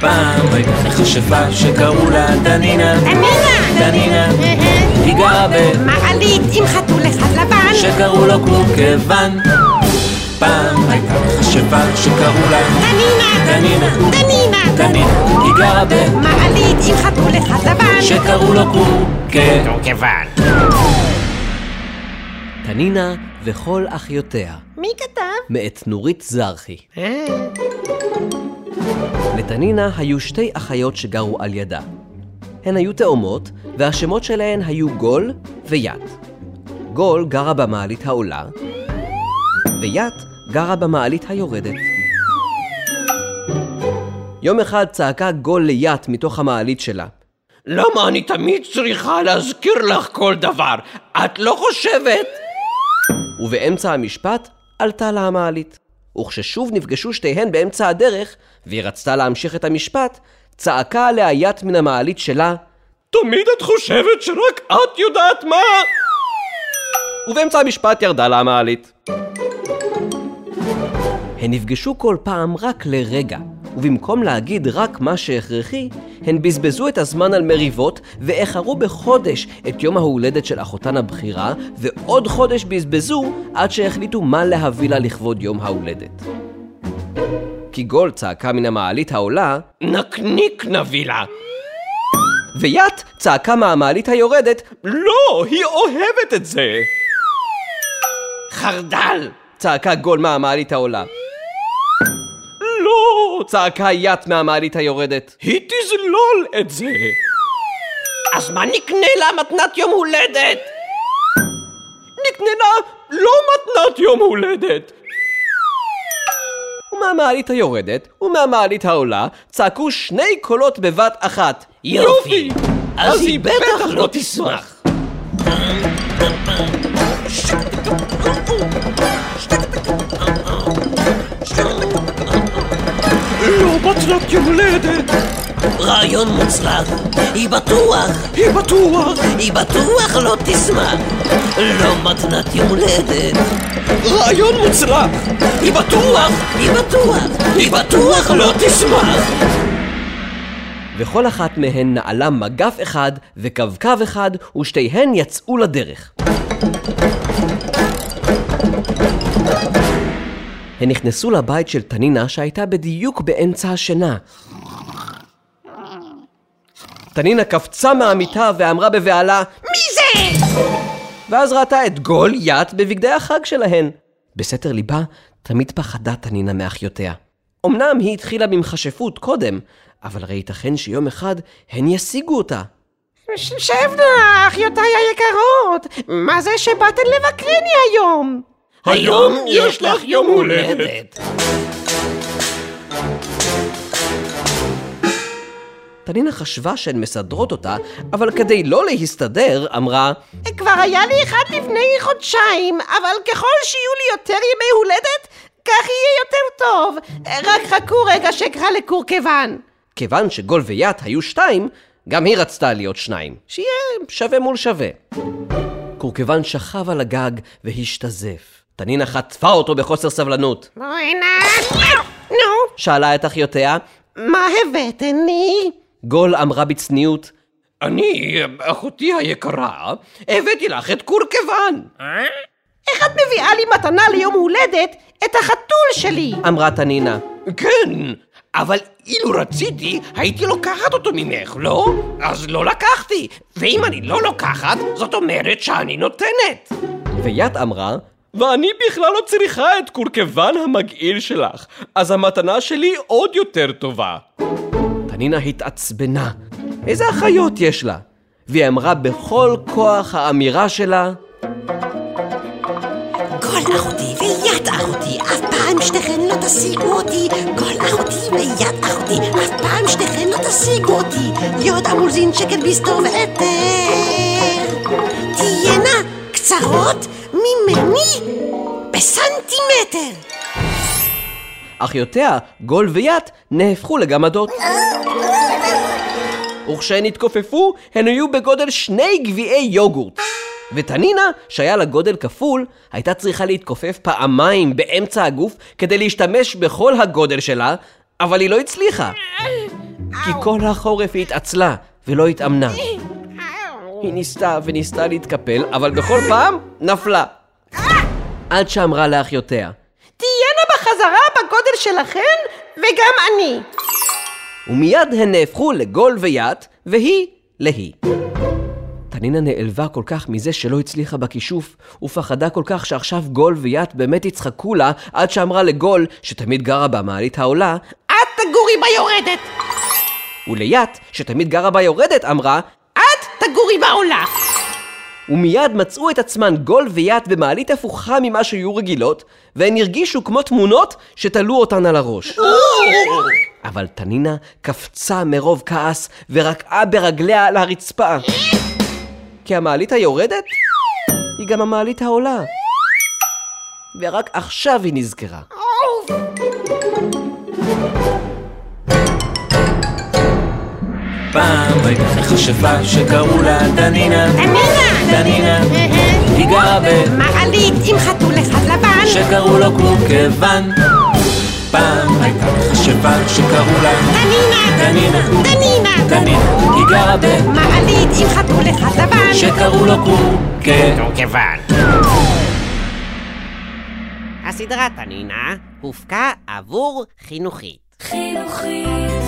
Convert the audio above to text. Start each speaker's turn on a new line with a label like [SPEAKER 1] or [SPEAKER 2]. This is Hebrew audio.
[SPEAKER 1] פעם הייתה חשבה שקראו לה דנינה.
[SPEAKER 2] אמינה!
[SPEAKER 1] דנינה.
[SPEAKER 2] אהה.
[SPEAKER 1] היא גרה
[SPEAKER 2] מעלית עם חתול אחד לבן!
[SPEAKER 1] שקראו לו כלוקבן. פעם הייתה חשבה שקראו לה
[SPEAKER 2] דנינה!
[SPEAKER 1] דנינה.
[SPEAKER 2] דנינה!
[SPEAKER 1] דנינה. היא גרה ב-
[SPEAKER 2] מעלית עם חתול אחד לבן!
[SPEAKER 1] שקראו לו כלוקבן.
[SPEAKER 3] כיוון.
[SPEAKER 4] תנינה וכל אחיותיה,
[SPEAKER 2] מי כתב?
[SPEAKER 4] מאת נורית זרחי.
[SPEAKER 2] אה,
[SPEAKER 4] לתנינה היו שתי אחיות שגרו על ידה. הן היו תאומות, והשמות שלהן היו גול ויאט. גול גרה במעלית העולה, ויאט גרה במעלית היורדת. יום אחד צעקה גול ליאט מתוך המעלית שלה. למה אני תמיד צריכה להזכיר לך כל דבר? את לא חושבת! ובאמצע המשפט עלתה לה המעלית. וכששוב נפגשו שתיהן באמצע הדרך, והיא רצתה להמשיך את המשפט, צעקה עליה ית מן המעלית שלה, תמיד את חושבת שרק את יודעת מה! ובאמצע המשפט ירדה לה המעלית. הן נפגשו כל פעם רק לרגע, ובמקום להגיד רק מה שהכרחי, הן בזבזו את הזמן על מריבות, ואיחרו בחודש את יום ההולדת של אחותן הבכירה, ועוד חודש בזבזו עד שהחליטו מה להביא לה לכבוד יום ההולדת. כי גול צעקה מן המעלית העולה, נקניק נביא לה! ויאט צעקה מהמעלית היורדת, לא, היא אוהבת את זה! חרדל! צעקה גול מהמעלית העולה. לא! צעקה יאט מהמעלית היורדת. היא תזלול את זה! אז מה נקנה לה מתנת יום הולדת? נקנה לה לא מתנת יום הולדת! ומהמעלית היורדת ומהמעלית העולה צעקו שני קולות בבת אחת. יופי! אז היא בטח לא תשמח!
[SPEAKER 3] לא מתנת יום הולדת,
[SPEAKER 5] רעיון מוצלח, היא בטוח,
[SPEAKER 3] היא בטוח.
[SPEAKER 5] היא בטוח לא תשמח. לא מתנת יום הולדת,
[SPEAKER 3] רעיון מוצלח.
[SPEAKER 5] היא בטוח, היא בטוח, היא בטוח לא תשמח.
[SPEAKER 4] וכל אחת מהן נעלה מגף אחד וקווקו אחד, ושתיהן יצאו לדרך. הן נכנסו לבית של תנינה שהייתה בדיוק באמצע השינה. תנינה קפצה מהמיטה ואמרה בבהלה,
[SPEAKER 2] מי זה?
[SPEAKER 4] ואז ראתה את גול יאט בבגדי החג שלהן. בסתר ליבה, תמיד פחדה תנינה מאחיותיה. אמנם היא התחילה במכשפות קודם, אבל הרי ייתכן שיום אחד הן ישיגו אותה.
[SPEAKER 2] ש- שבנה, אחיותיי היקרות! מה זה שבאתן לבקרני היום?
[SPEAKER 5] היום יש לך יום הולדת.
[SPEAKER 4] תנינה חשבה שהן מסדרות אותה, אבל כדי לא להסתדר, אמרה,
[SPEAKER 2] כבר היה לי אחד לפני חודשיים, אבל ככל שיהיו לי יותר ימי הולדת, כך יהיה יותר טוב. רק חכו רגע שאקרא לקורקוון.
[SPEAKER 4] כיוון שגול ויאט היו שתיים, גם היא רצתה להיות שניים. שיהיה שווה מול שווה. קורקוון שכב על הגג והשתזף. תנינה חטפה אותו בחוסר סבלנות.
[SPEAKER 2] בואי נא... נו,
[SPEAKER 4] שאלה את אחיותיה,
[SPEAKER 2] מה הבאתן לי?
[SPEAKER 4] גול אמרה בצניעות, אני, אחותי היקרה, הבאתי לך את קורקוון,
[SPEAKER 2] איך את מביאה לי מתנה ליום הולדת את החתול שלי?
[SPEAKER 4] אמרה תנינה.
[SPEAKER 3] כן, אבל אילו רציתי, הייתי לוקחת אותו ממך, לא? אז לא לקחתי. ואם אני לא לוקחת, זאת אומרת שאני נותנת.
[SPEAKER 4] ויאט אמרה,
[SPEAKER 3] ואני בכלל לא צריכה את קורקוון המגעיל שלך, אז המתנה שלי עוד יותר טובה.
[SPEAKER 4] תנינה התעצבנה. איזה אחיות יש לה? והיא אמרה בכל כוח האמירה שלה,
[SPEAKER 5] כל אחותי ויד אחותי, אף פעם שתיכן לא תשיגו אותי. כל אחותי ויד אחותי, אף פעם שתיכן לא תשיגו אותי. יוד המוזין שקל ביסטור ועתר. תהיינה קצרות ממני בסנטימטר.
[SPEAKER 4] אחיותיה, גול ויאט, נהפכו לגמדות. וכשהן התכופפו, הן היו בגודל שני גביעי יוגורט. ותנינה, שהיה לה גודל כפול, הייתה צריכה להתכופף פעמיים באמצע הגוף כדי להשתמש בכל הגודל שלה, אבל היא לא הצליחה. כי כל החורף היא התעצלה ולא התאמנה. היא ניסתה וניסתה להתקפל, אבל בכל פעם נפלה. עד שאמרה לאחיותיה,
[SPEAKER 2] תהיינה בחזרה בגודל שלכן, וגם אני.
[SPEAKER 4] ומיד הן נהפכו לגול ויאט, והיא להיא. תנינה נעלבה כל כך מזה שלא הצליחה בכישוף, ופחדה כל כך שעכשיו גול ויאט באמת יצחקו לה, עד שאמרה לגול, שתמיד גרה במעלית העולה,
[SPEAKER 2] את תגורי ביורדת.
[SPEAKER 4] וליאט, שתמיד גרה ביורדת, אמרה,
[SPEAKER 2] את תגורי בעולה.
[SPEAKER 4] ומיד מצאו את עצמן גול ויאט במעלית הפוכה ממה שהיו רגילות, והן הרגישו כמו תמונות שתלו אותן על הראש. אבל תנינה קפצה מרוב כעס ורקעה ברגליה על הרצפה. כי המעלית היורדת היא גם המעלית העולה. ורק עכשיו היא נזכרה.
[SPEAKER 1] פעם הייתה חשבה שקראו לה דנינה. דנינה. היא גרה ב...
[SPEAKER 5] מעלית עם חתול אחד לבן
[SPEAKER 1] שקראו לו קורקבן. פעם הייתה חשבה שקראו לה דנינה.
[SPEAKER 5] דנינה
[SPEAKER 1] דנינה. היא גרה ב...
[SPEAKER 5] מעלית עם חתול אחד לבן
[SPEAKER 1] שקראו לו קורקבן.
[SPEAKER 3] כיוון.
[SPEAKER 2] הסדרה תנינה הופקה עבור חינוכית.
[SPEAKER 6] חינוכית